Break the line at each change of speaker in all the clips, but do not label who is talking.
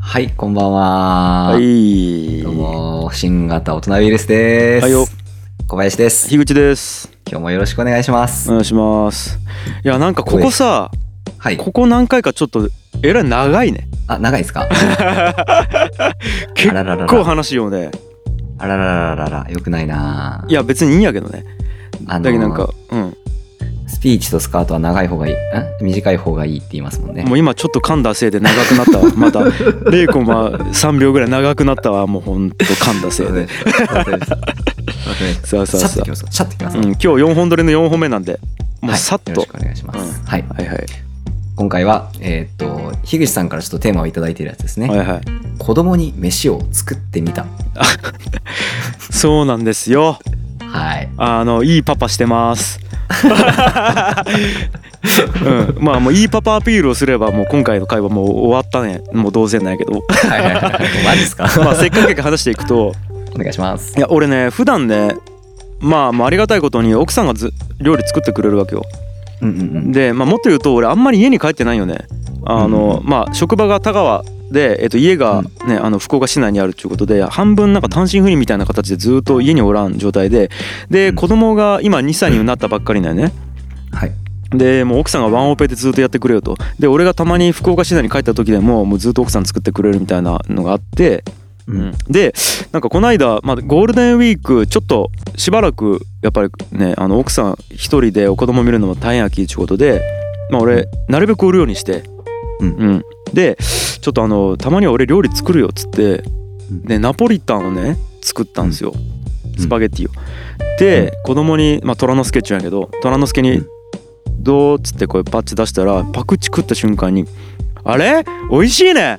はい、こんばんは。
はい。
どうも、新型大人ウイルスです。
はいよ
小林です。
樋口です。
今日もよろしくお願いします。
お願いします。いや、なんかここさ、
はい。
ここ何回かちょっと、えらい長いね。
あ、長いですか
結
あららら
構
ら。
話よね。
あらららららら。よくないない
や、別にいいんやけどね。
あのー
だけどなんか、うん。
スピーチとスカートは長い方がいい。ん短い方がいいって言いますもんね
も。う今ちょっと噛んだせいで長くなったわ。また、0.3秒ぐらい長くなったわ。もうほんと噛んだせい
そう
で。
です。そうです
さ
シ
あさあ
ャッとい
さ
きます。シャッといきま
あ。
す。
うん、
は
今日4本撮りの4本目なんで、もう
い
さっ
よろし。
と
くお願いします。
うん
はい。
はいはい。
今回は、えーっと、樋口さんからちょっとテーマをいただいているやつですね。
はいはい。
子供に飯を作ってみた。
そうなんですよ。
はい。
あのいいパパしてます。 うん、まあもういいパパアピールをすればもう今回の会話もう終わったねもうどうせないけど
はいはいはい。マジですか
まあせっかくやから話していくと
お願いします
い。や俺ね普段ねまあまあありがたいことに奥さんがず料理作ってくれるわけよ
うんうんうん。
で、まあ、もっと言うと俺あんまり家に帰ってないよねあの、まあ職場が田川で、えっと、家が、ねあの福岡市内にあるっていうことで半分なんか単身赴任みたいな形でずっと家におらん状態でで子供が今2歳になったばっかりなんよね
はい。
でもう奥さんがワンオペでずっとやってくれよとで俺がたまに福岡市内に帰った時でももうずっと奥さん作ってくれるみたいなのがあって、
うん
でなんかこの間、まあ、ゴールデンウィークちょっとしばらくやっぱりねあの奥さん一人でお子供見るのも大変やきちゅうことで、まあ、俺なるべく売るようにして、
うん
うんでちょっとあのたまには俺料理作るよっつって
うん
でナポリタンをね作ったんですよ、
ん
スパゲッティを。で、子供にまあ虎之助っちゅうんやけど虎之助
う
に
ん
「どう?」っつってこれパッチ出したらパクチ食った瞬間に「あれ美味しいね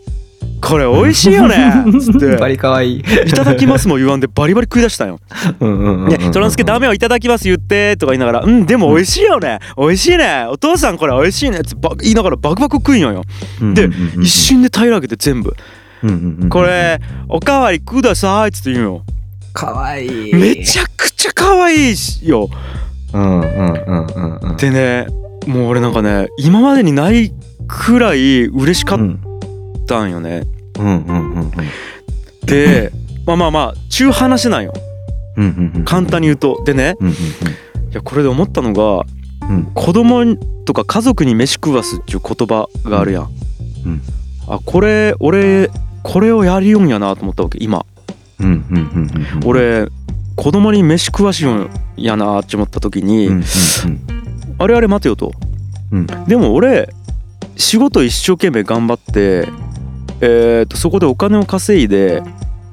これ美味しいよね」 っつっ
バ
て
リ可愛い。
「いただきます」も言わんでバリバリ食い出したんよ。
うんうんうんうん
ね「トランスケダメよいただきます」言ってとか言いながら「うんでも美味しいよね美味しいねお父さんこれ美味しいね」ってば言いながらバクバク食いよんよ。で一瞬で平らげて全部「こ。れおかわりください」っつって言うんよ。
可愛いい。
めちゃくちゃ可愛いしよ。
ゃ。うんうんうんうんうん。
でねもう俺なんかね今までにないくらい嬉しか
う
っ
ん
たんよね。
うんうんうんうん
でまあまあまあ中話なんよ
うんうんうん。
簡単に言うと。でね
うんうん
いやこれで思ったのが
うんうん
子供とか家族に飯食わすっていう言葉があるやん。
うん
あこれ俺これをやりようんやなと思ったわけ今。
うんうんうんうんうん。
俺子供に飯食わしようんやなって思った時に、
うんうん
あれあれ待てよと、
うん
でも俺仕事一生懸命頑張って、えー、とそこでお金を稼いで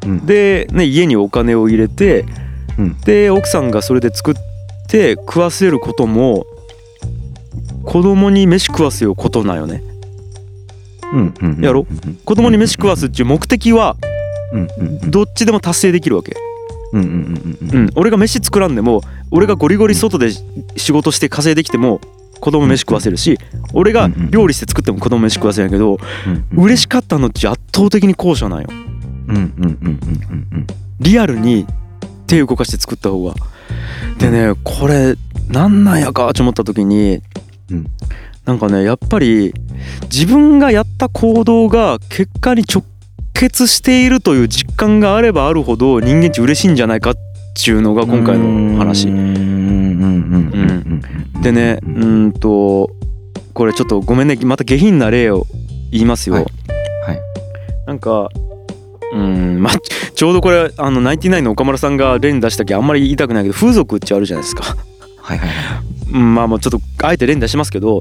うんうん。
で、ね、家にお金を入れて、
うん
で奥さんがそれで作って食わせることも子供に飯食わせようことなんよね
うんうんうん
やろ。子供に飯食わすっていう目的は
うんうんうん
どっちでも達成できるわけ、
うんうんうんうん
う
うん。
ん、俺が飯作らんでも俺がゴリゴリ外で仕事して稼いできても子供飯食わせるし俺が料理して作っても子供飯食わせるんやけど嬉しかったのって圧倒的に後者なんよ
うんうんうんうんうんうん。
リアルに手動かして作った方がでねこれなんなんやかって思った時に、
うん
なんかねやっぱり自分がやった行動が結果に直結しているという実感があればあるほど人間って嬉しいんじゃないかっていうのが今回の話
うんうんうんうんうん。
でねうーんとこれちょっとごめんねまた下品な例を言いますよ
はいはい
なんかうーんまあちちょうどこれあのナインティナインの岡村さんが例に出したっけあんまり言いたくないけど風俗ってあるじゃないですか
はいはいはい
うんまあもうちょっとあえて例に出しますけど、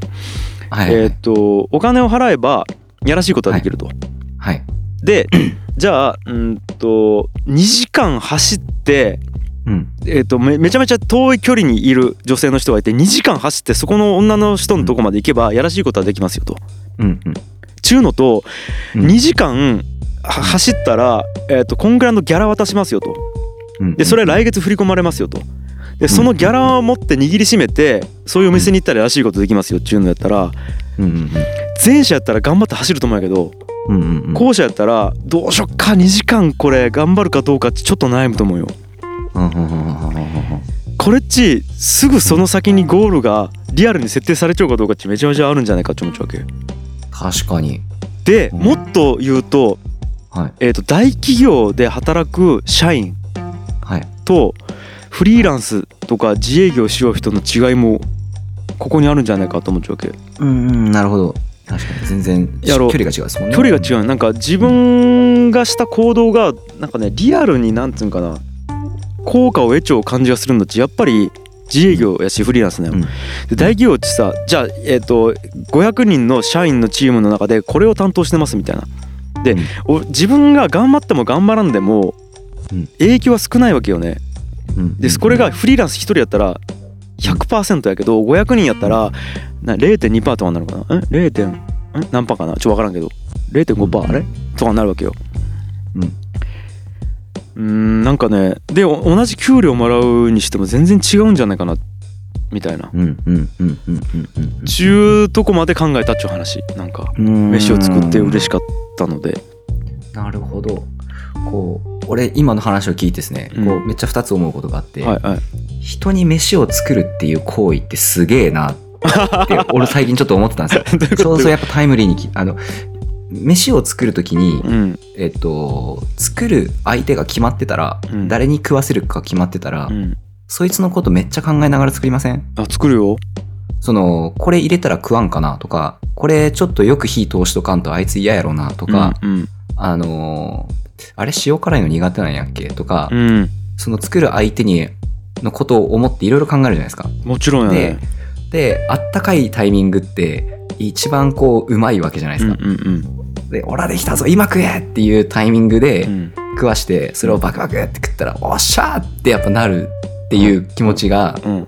はい。
えーっとお金を払えばやらしいことはできると、
はい。
で じゃあうーんと2時間走って
うん。
えー、とめめちゃめちゃ遠い距離にいる女性の人がいて2時間走ってそこの女の人のとこまで行けばやらしいことはできますよと。
うんうん。
ちゅうのと
うん
2時間は走ったら、えー、とこんぐらいのギャラ渡しますよと
うん
でそれは来月振り込まれますよとでそのギャラを持って握りしめてそういうお店に行ったららしいことできますよっちゅうのやったら
うん
前者やったら頑張って走ると思うんやけど
うんうんうんうん
後者やったらどうしよっか2時間これ頑張るかどうかってちょっと悩むと思うよ。
うんうんうんうんうん
これっちすぐその先にゴールがリアルに設定されちゃうかどうかってめちゃめちゃあるんじゃないかって思っちゃうわけ
確かに
でもっと言うと
はい。
えー、と大企業で働く社員
はい。
とフリーランスとか自営業しよう人の違いもここにあるんじゃないかと思っちゃうわけ
うんうん、なるほど。確かに全然
やろう
距離が違うですもんね。
距離が違うなんか自分がした行動がなんかねリアルになんつうんかな効果を得ちゃう感じがするんだってやっぱり自営業やしフリーランスなの、
うん
で大企業ってさじゃあ、えー、と500人の社員のチームの中でこれを担当してますみたいなで、
うん
お自分が頑張っても頑張らんでも
うん
影響は少ないわけよね
うん。
でこれがフリーランス1人やったら100%やけど500人やったらな0.2%とかになるのかなえ ?0. 点ん何パーかなちょっと分からんけど0.5%、あれとかになるわけよ。
うん
うーんなんかねでお同じ給料もらうにしても全然違うんじゃないかなみたいな
うんうんうんうんうんうん
ちゅうとこまで考えたっちゅう話なんか
うん。
飯を作って嬉
し
しかったので
なるほど。こう、俺今の話を聞いてですね、
うん
こうめっちゃ2つ思うことがあって、
はいはい
人に飯を作るっていう行為ってすげえな って、俺最近ちょっと思ってたんですよ。
どういうこと
そうそう、やっぱタイムリーにき、あの、飯を作るときに、
うん
えっと、作る相手が決まってたら、
うん
誰に食わせるか決まってたら、
うん
そいつのことめっちゃ考えながら作りません
あ作るよ
その、これ入れたら食わんかなとか、これちょっとよく火通しとかんとあいつ嫌やろなとか、
うん
あのーあれ塩辛いの苦手なんやっけとか、
うんうん
その作る相手に、のことを思っていろいろ考えるじゃないですか。
もちろんや
で
ね、
で、あったかいタイミングって、一番こう、うまいわけじゃないで
う
すか。
んうんうん
で、オラできたぞ今食えっていうタイミングで
うん
食わして、それをバクバクって食ったら、おっしゃーってやっぱなるっていう気持ちが、
うん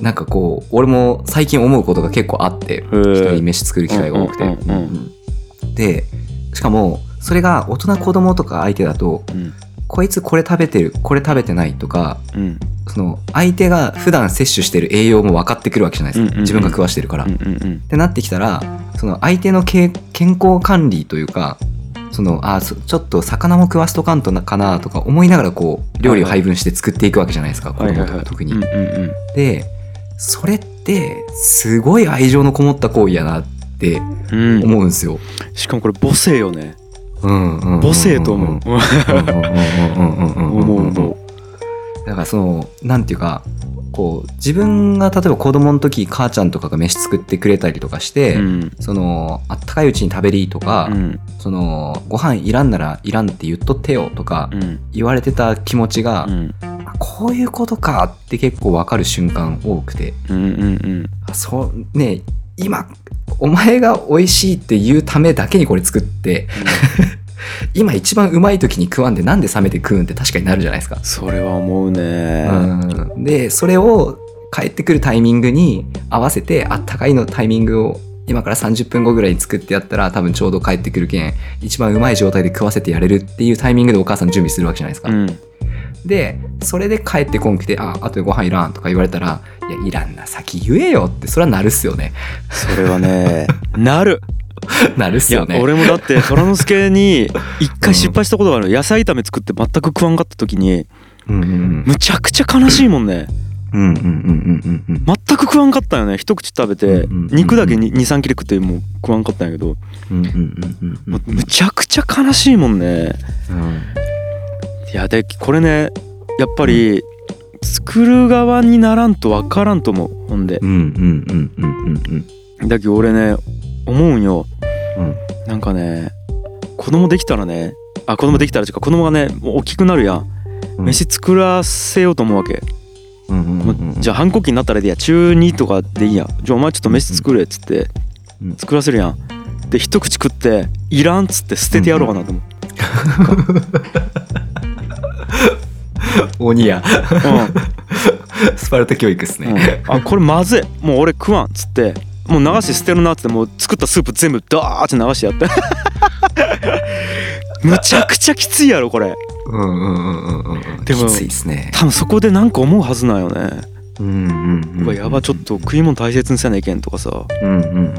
なんかこう、俺も最近思うことが結構あって、人に飯作る機会が多くて。
うんうん
で、しかも、それが大人子供とか相手だと、
うん
こいつこれ食べてる、これ食べてないとか、
うん
その相手が普段摂取してる栄養も分かってくるわけじゃないです
うんうん
か。
うん
自分が食わしてるから。
う
っ
んうん
てなってきたら、その相手のけ健康管理というか、そのあそちょっと魚も食わしとかんとなかなとか思いながらこう料理を配分して作っていくわけじゃないですか、
はい
子
は
供
い
と
は
か
い
特に。
うんうん
でそれってすごい愛情のこもった行為やなって
うんうん
思うんですよ。
しかもこれ母性よね
うんうんうんうんうん
母性と思う
うんうんうんうんうん
思う
うんうんうん
思
だからそのなんていうかこう自分が例えば子供の時母ちゃんとかが飯作ってくれたりとかし
う
て、
うん
そのあったかいうちに食べりとか、
うん
そのご飯いらんならいらんって言っとってよとか
うん
言われてた気持ちが、
うん
あこういうことかって結構わかる瞬間多くて。
うんうん
そうね今お前が美味しいって言うためだけにこれ作って 今一番うまい時に食わんでなんで冷めて食うんって確かになるじゃないですか。
それは思うね
うん、でそれを帰ってくるタイミングに合わせてあったかいのタイミングを今から30分後ぐらいに作ってやったら多分ちょうど帰ってくるけん一番うまい状態で食わせてやれるっていうタイミングでお母さん準備するわけじゃないですか。
うん
でそれで帰ってこんくて「ああとでご飯いらん」とか言われたら「いやいらんな先言えよ」ってそれはなるっすよね。
それは ねなる
なるっ
い
す
や
よね。
俺もだって虎之助に一回失敗したことがある野菜炒め作って全く食わんかった時に
うんうん
むちゃくちゃ悲しいもんね
うんうんうんうんうん
全く食わんかったよね一口食べて
うんうんうん
肉だけ23切れ食ってもう食わんかったんやけど
うんうんうんうん
もうむちゃくちゃ悲しいもんねいやでこれねやっぱり作る側にならんとわからんと思うほんで
うんうんうんうんうんうん
だけど俺ね思うんよ
うん
なんかね子供できたらねあ子供できたらっていうか子供がねもう大きくなるやん
うん
飯作らせようと思うわけ、
うんうんうんうん
じゃあ反抗期になったらいいや中2とかでいいやじゃあお前ちょっと飯作れっつって
うん
作らせるやんで一口食っていらんっつって捨ててやろうかなと思う、
鬼や
うん
スパルタ教育っすね。
うんあこれまずいもう俺食わんっつってもう流して捨てるなっつってもう作ったスープ全部ダーって流してやって むちゃくちゃきついやろこれ
うんうんうんうんうんうん。
でも
きついっすね。
多分そこでなんか思うはずなんよね
うんうん
うわやばちょっと食い物大切にせなきゃいけんとかさ
うんうんうんうんうん。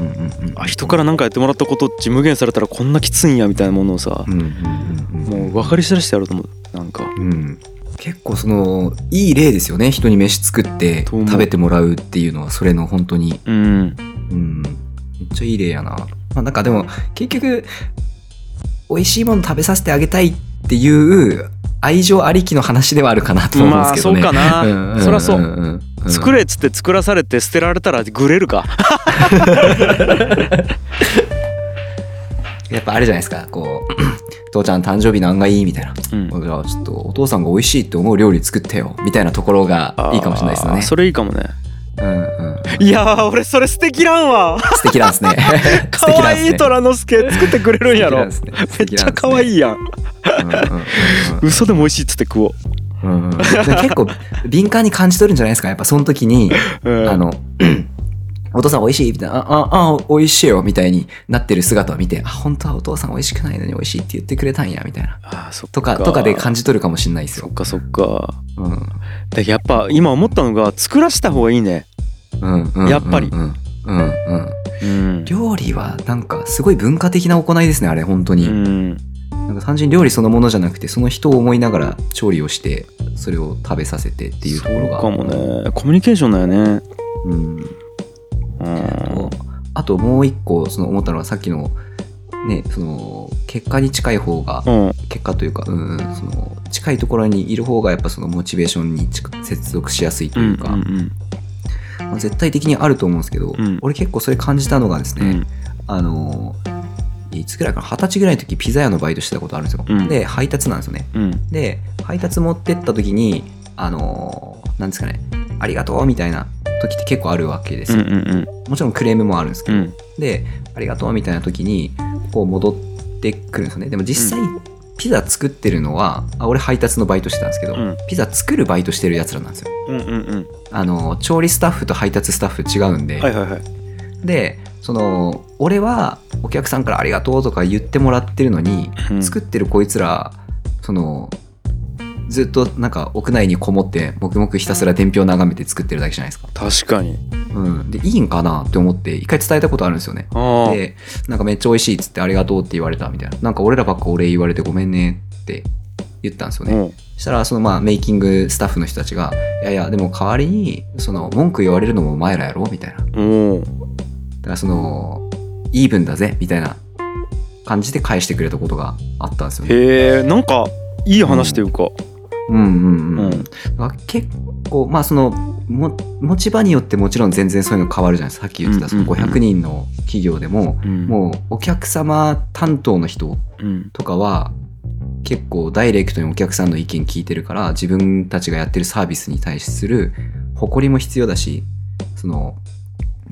あ人からなんかやってもらったことっち無限されたらこんなきついんやみたいなものをさ
うんうんうんうん。
もう分かり知らしてやろうと思うなんか
うん。結構そのいい例ですよね人に飯作って
と思う
食べてもらうっていうのはそれの本当に
うん
うんめっちゃいい例やな。まあ、なんかでも結局美味しいもの食べさせてあげたいっていう愛情ありきの話ではあるかなと思うんで
ますあ
けど
そう
ね。
かな、
うんうんうんうん
そりゃそう、
んん
作れっつって作らされて捨てられたらグレるか
やっぱあれじゃないですかこう 父ちゃん誕生日なんがいいみたいな、
うん
じゃあちょっとお父さんが美味しいって思う料理作ってよみたいなところがいいかもしれないですよ
あー
ね。
それいいかもね
うんうん、
いやー俺それ素敵らんわ
素敵なんですね。素敵
可
なんです
愛い
ね。
虎之助作ってくれるんやろ
素敵なんです
め
ね
っちゃ可愛いやん
うんうんうんうん
嘘でも美味しいっつって食おう、
うんうん、結構敏感に感じ取るんじゃないですかやっぱその時に、
うん、
あの お父さん美味しいみたいなあああ美味しいよみたいになってる姿を見てあ本当はお父さん美味しくないのに美味しいって言ってくれたんやみたいな
あーそっ
とかとかで感じ取るかもしれないです
そ
よ
っ、かそっか
うん
でやっぱ今思ったのが作らした方がいいね、
うんうんうん、
やっぱり
うんうんうん
うん
料理はなんかすごい文化的な行いですねあれ本当に、
うん
なんか単純に料理そのものじゃなくてその人を思いながら調理をしてそれを食べさせてっていうところが
そうかもねコミュニケーションだよね
うん
うん
あともう一個その思ったのはさっきのねその結果に近い方が
うん
結果というかうんその近いところにいる方がやっぱそのモチベーションに近く接続しやすいと
う
いうんか、
うん
まあ絶対的にあると思うんですけど、
うん
俺結構それ感じたのがです
う
ね、
ん
あのいつぐらいかな二十歳ぐらいの時ピザ屋のバイトしてたことあるんですよ、
うん
で配達なんですよね
うん
で配達持ってった時にあのなんですかねありがとうみたいな時って結構あるわけです
うん
よ、
うん
もちろんクレームもあるんですけ
う
ど、
ん
で、ありがとうみたいな時に、こう戻ってくるんですよね。でも実際、ピザ作ってるのは、あ俺配達のバイトしてたんですけど、
うん
ピザ作るバイトしてるやつらなんですよ。
うんうんうん
あの、調理スタッフと配達スタッフ違うんで、
はいはいはい
で、その、俺はお客さんからありがとうとか言ってもらってるのに、
うん
作ってるこいつら、その、ずっとなんか屋内にこもって黙々ひたすら伝票眺めて作ってるだけじゃないですか。
確かに
うん。で、いいんかなって思って一回伝えたことあるんですよね。
ああ
でなんかめっちゃ美味しいっつってありがとうって言われたみたいななんか俺らばっかお礼言われてごめんねって言ったんですよね
うん
そしたらそのまあメイキングスタッフの人たちがいやいやでも代わりにその文句言われるのもお前らやろみたいなだか
お
らそのイーブンだぜみたいな感じで返してくれたことがあったんですよね
へえんかいい話というか
うんうん
う
うん、
ん
だから結構まあそのも持ち場によってもちろん全然そういうの変わるじゃないですかさっき言ってたその
うんうんうん
500人の企業でも
うん
もうお客様担当の人
うん
とかは結構ダイレクトにお客さんの意見聞いてるから自分たちがやってるサービスに対する誇りも必要だしその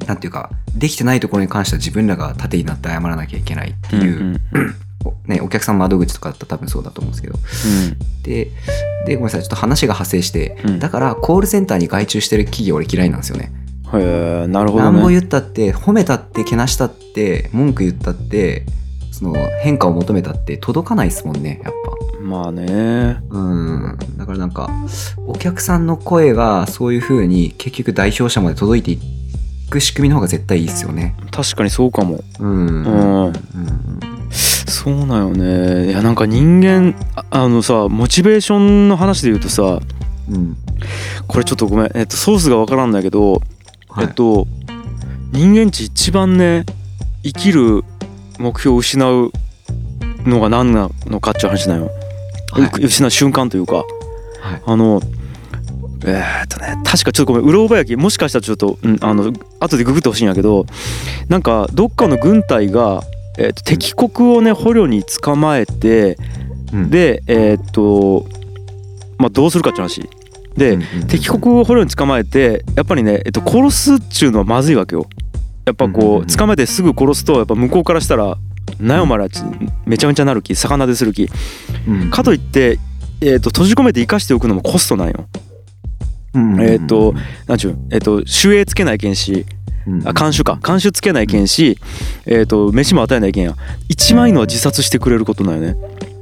なんていうかできてないところに関しては自分らが盾になって謝らなきゃいけないっていう、
うん
おね、お客さん窓口とかだったら多分そうだと思うんですけどででごめんなさいちょっと話が派生して、
うん
だからコールセンターに外注してる企業俺嫌いなんですよね。
うんへえなるほ
な
ど
んぼ
ね
言ったって褒めたってけなしたって文句言ったってその変化を求めたって届かないですもんねやっぱ。
まあね
うん、だからなんかお客さんの声がそういう風に結局代表者まで届いていく仕組みの方が絶対いいですよね。
確かにそうかも
うん、うん
うんそうなんよねいやなんか人間ああのさモチベーションの話で言うとさ
うん
これちょっとごめん、えっと、ソースがわからんだけど、
はい
えっと人間値一番ね生きる目標を失うのが何なのかっていう話なんよ、
は
う失う瞬間というか
はい
あのえーっとね確かちょっとごめんうろ覚えやきもしかしたらちょっと、うん、あの後でググってほしいんやけどなんかどっかの軍隊が、えーっと敵国をね捕虜に捕まえて
うん
でえーっとまあどうするかっていう話で、
うんうんうん
敵国を捕虜に捕まえてやっぱりね、えっと、殺すっちゅうのはまずいわけよやっぱ
うんうん
こ
うん
う捕まえてすぐ殺すとやっぱ向こうからしたら「なよお前らちめちゃめちゃなる気魚でする気」
うん
かといって、えっと閉じ込めて生かしておくのもコストなんよ
うん
えーっとなんちゅうえっと守衛つけないけんしあ監守か監守つけないけんし、えっと飯も与えないけんや一番いいのは自殺してくれることなんよね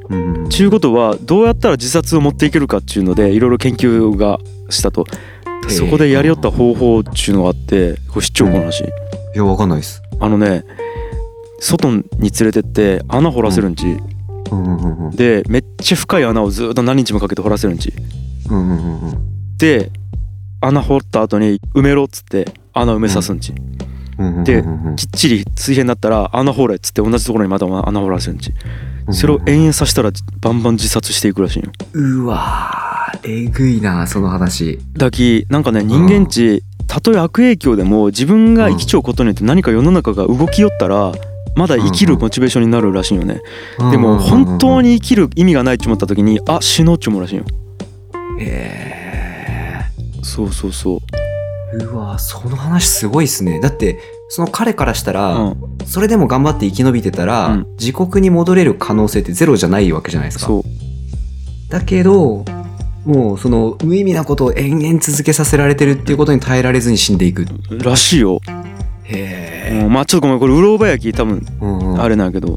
うんうん
ちゅうことはどうやったら自殺を持っていけるかっちゅうのでいろいろ研究がしたと
へえ
そこでやりよった方法っちゅうのがあってこれ市長の話、
いやわかんないです。
あのね外に連れてって穴掘らせるんち、
うんうんうんうん
でめっちゃ深い穴をずっと何日もかけて掘らせるんち
うんうんうん
で穴掘った後に埋めろっつって穴埋めさすんち、
うんうんうんうん
で
うんうん
きっちり水平になったら穴掘れっつって同じところにまた穴掘らせるんちそれを延々させたらバンバン自殺していくらしいよ
うわーえぐいなその話
だきなんかね人間値たとえ悪影響でも自分が生きちゃうことによって何か世の中が動きよったらまだ生きるモチベーションになるらしいよねでも本当
に
に生きる意味がないって思った時にあ死のうって思うらしいよ
え
そうそうそう
ーうわーその話すごいっすねだってその彼からしたら、
うん
それでも頑張って生き延びてたら、
うん
自国に戻れる可能性ってゼロじゃないわけじゃないですか
そう
だけどもうその無意味なことを延々続けさせられてるっていうことに耐えられずに死んでいく
らしいよ
へえ、
うんまあちょっとごめんこれうろ覚えやき多分
うんうん
あれなんやけど
い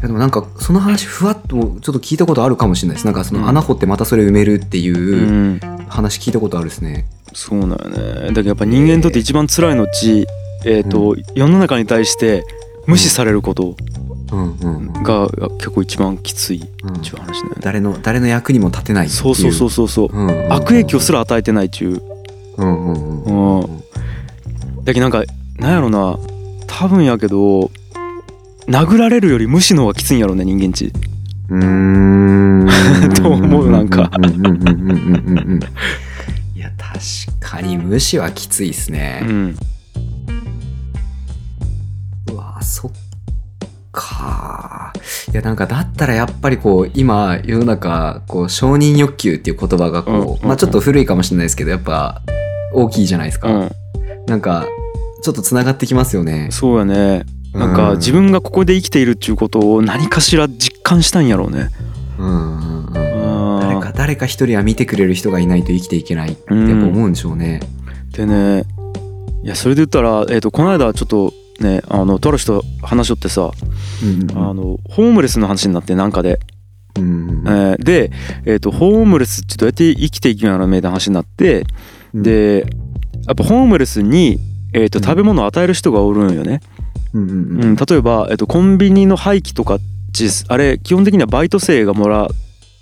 やでもなんかその話ふわっとちょっと聞いたことあるかもしれないですなんかその穴掘ってまたそれ埋めるって
う
いうん話聞いたことあるですね
そうなんよねだけどやっぱ人間にとって一番辛いのちえっと世の中に対して無視されること
うんうんうん、
が結構一番きついっ
うん
ていう話だよね
誰の誰の役にも立てないっていう
そうそうそうそうそう
うんうんうん、
悪影響すら与えてないっちゅう
うんうんうん
うんだけどなんかなんやろな多分やけど殴られるより無視の方がきついんやろうね人間ち
う ーん
と思うなんか
うんうんうんうんうんうんうんいや確かに無視はきついです
う
ね、
ん
うわそっかいやなんかだったらやっぱりこう今世の中こう承認欲求っていう言葉がこう、
うんうんうん
まあちょっと古いかもしれないですけどやっぱ大きいじゃないですか、
うん
なんかちょっとつながってきますよね
そうやねなん
う
か自分がここで生きているっちゅうことを何かしら実感したんやろうね
うんうんうん
あー
誰か誰か一人は見てくれる人がいないと生きていけないってやっぱ思うんでしょうね。
でねいやそれで言ったら、えー、とこの間ちょっとねあのとある人と話しとってさ、
うん
あのホームレスの話になってなんかで、
うん
えーで、えー、とホームレスってどうやって生きていくんやろみたいな話になって、でやっぱホームレスに、えー、と
うん
食べ物を与える人がおるんよね、
うんうん
うん、例えば、えー、とコンビニの廃棄とかちあれ基本的にはバイト生がもらっ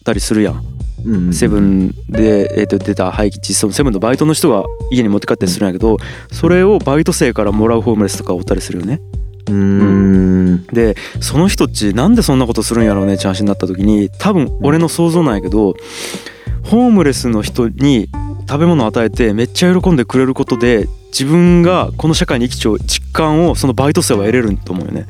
たりするやん
うんうん
セブンで、えー、と出た廃棄地そのセブンのバイトの人が家に持って帰ったりするんやけどそれをバイト生からもらうホームレスとかおったりするよね
うーん
でその人っちなんでそんなことするんやろうねって話になった時に多分俺の想像なんやけどホームレスの人に食べ物を与えてめっちゃ喜んでくれることで自分がこの社会に生きちゃう実感をそのバイト生は得れると思うよね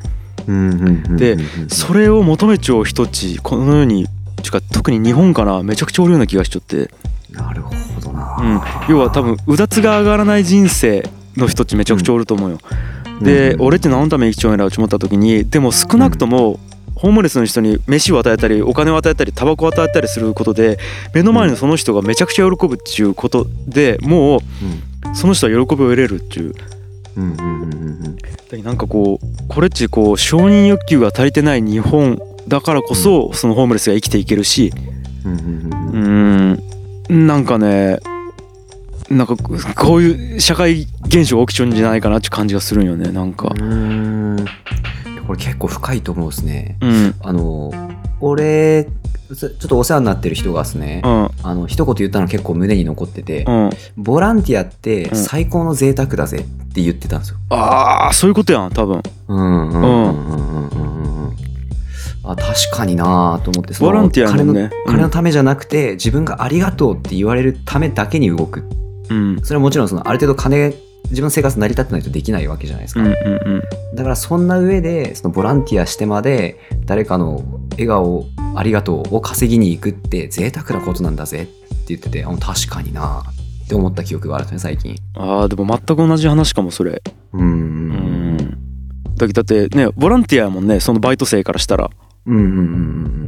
うんうんうんうん
で
うん
それを求めちゃう人っちこのようにてか特に日本かなめちゃくちゃおるような気がしちゃって
なるほどな、
うん、要は多分うだつが上がらない人生の人っちめちゃくちゃおると思うよ、で、
うん
俺って何のために生きちゃうんやろうって思った時にでも少なくともホームレスの人に飯を与えたりお金を与えたりタバコを与えたりすることで目の前のその人がめちゃくちゃ喜ぶっていうことでもうその人は喜びを得れるっていうだ
うんうんうんうんうん
けどなんかこうこれっちこう承認欲求が足りてない日本だからこそそのホームレスが生きていけるし、
うんうんうん
う
うん
ーんなんかねなんかこういう社会現象が起きちゃうんじゃないかなっていう感じがするんよねなんか
うーんいやこれ結構深いと思うんですね。
うんうん
あの俺ちょっとお世話になってる人がですね、
うん
あの一言言ったの結構胸に残ってて、
あ
ボランティアって
ん
最高の贅沢だぜって言ってたんですよ。
あーそういうことやん多分
うんうんうんうんうんうんあ確かになあと思ってその
ボランティア
金の
のねうん
金のためじゃなくて自分がありがとうって言われるためだけに動く
うん
それはもちろんそのある程度金自分の生活成り立ってないとできないわけじゃないです
う
か、
んうん
だからそんな上でそのボランティアしてまで誰かの笑顔ありがとうを稼ぎに行くって贅沢なことなんだぜって言っててあ確かになあって思った記憶があるんですね最近
あーでも全く同じ話かもそれ
うん
うんだけどだってねボランティアやもんねそのバイト生からしたら
うんうんうんう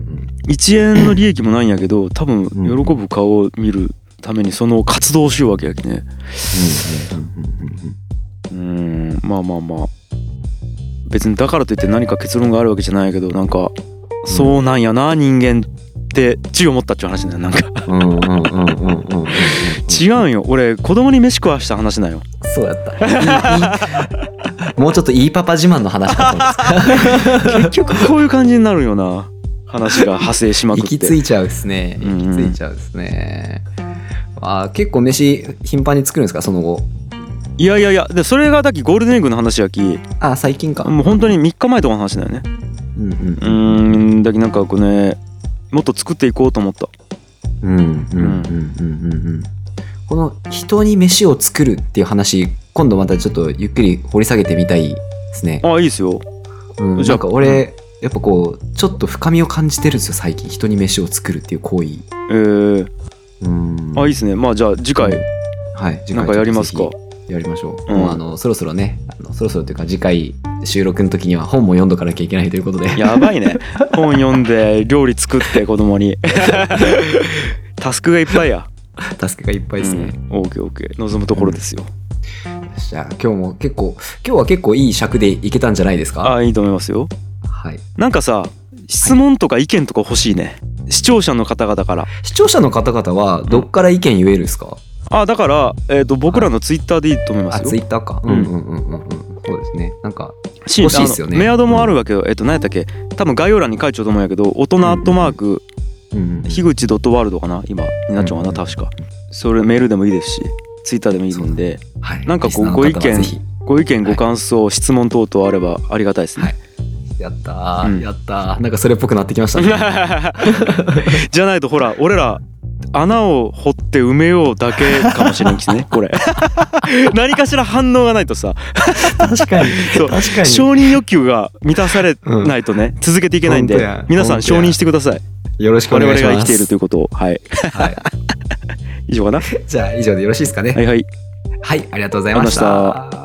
ん
1円の利益もないんやけど多分
うん
喜ぶ顔を見るためにその活動をしようわけやきね
うんうんうんうんうんうん
うんまあまあまあ別にだからといって何か結論があるわけじゃないけどなんかそうなんやな人間ってちゅう思ったっちゅう話だよなんか
うんうんうんうんうんうんうん
違うんよ俺子供に飯食わした話なんよ
そうやったいいいいもうちょっといいパパ自慢の話かと思って
結局こういう感じになるよな話が派生しま く
行
って
き着いちゃうですね
うんうん
行き着いちゃうですね、あー結構飯頻繁に作るんですかその後
いやいやいやでそれがだっきゴールデンウィークの話やき
あー最近か
もう本当に3日前とかの話だよね
うん
うん
うーんだけどなんかこうねもっと作っていこうと思った
うんうんうんうんうんうん
この人に飯を作るっていう話今度またちょっとゆっくり掘り下げてみたいですね、
あいいですよ
うん、
じ
な
ゃあ
んか俺やっぱこうちょっと深みを感じてるんですよ最近人に飯を作るっていう行為
えー、
うん
あいいですねまあじゃあ次回
はい次
なん
回
かやりますか
ぜひやりましょう、
うん
もうあのそろそろねあのそろそろというか次回収録の時には本も読んどかなきゃいけないということで
やばいね 本読んで料理作って子供 にタスクがいっぱいや
助けがいっぱいですね、
うんオーケーオーケー望むところですよ、
じゃあ今日も結構今日は結構いい尺でいけたんじゃないですか
あいいと思いますよ
はい
なんかさ質問とか意見とか欲しいね、視聴者の方々から
視聴者の方々はどっから意見言えるんですか、
あだから、えー、と僕らのツイッターでいいと思いま
あ
すよ
ツイッターか
う
うんんうんうんうんうんそうですねなんか
し
欲しいっすよね
あのメアドもあるわけよ、えっと何やったっけ多分概要欄に書いちゃうと思うんやけど大人アットマーク
うん
樋口ドットワールドかな今になっちゃうかな、
うん
確かそれメールでもいいですしツイッターでもいいんで
はい
なんか
リ
こ
ス
う
ナーの
ご意
方はぜ
見
ひ
ご意見
はい
ご感想、質問等々あればありがたいですね、
はいやったー、
うん
やったーなんかそれっぽくなってきましたね
じゃないとほら俺ら穴を掘って埋めようだけかもしれないですね これ何かしら反応がないとさ
確かに
そう
確か
承認欲求が満たされないとね、続けていけないん
本当
で
や
皆さん
本当
承
や
認してください
よろしくお
我
願
々
いし
が
ます
生きているということをはい
はい、
以上かなは
じゃあ以上でよろしいですかね
いはい
はい、ありがとうございまし
ありがとう
た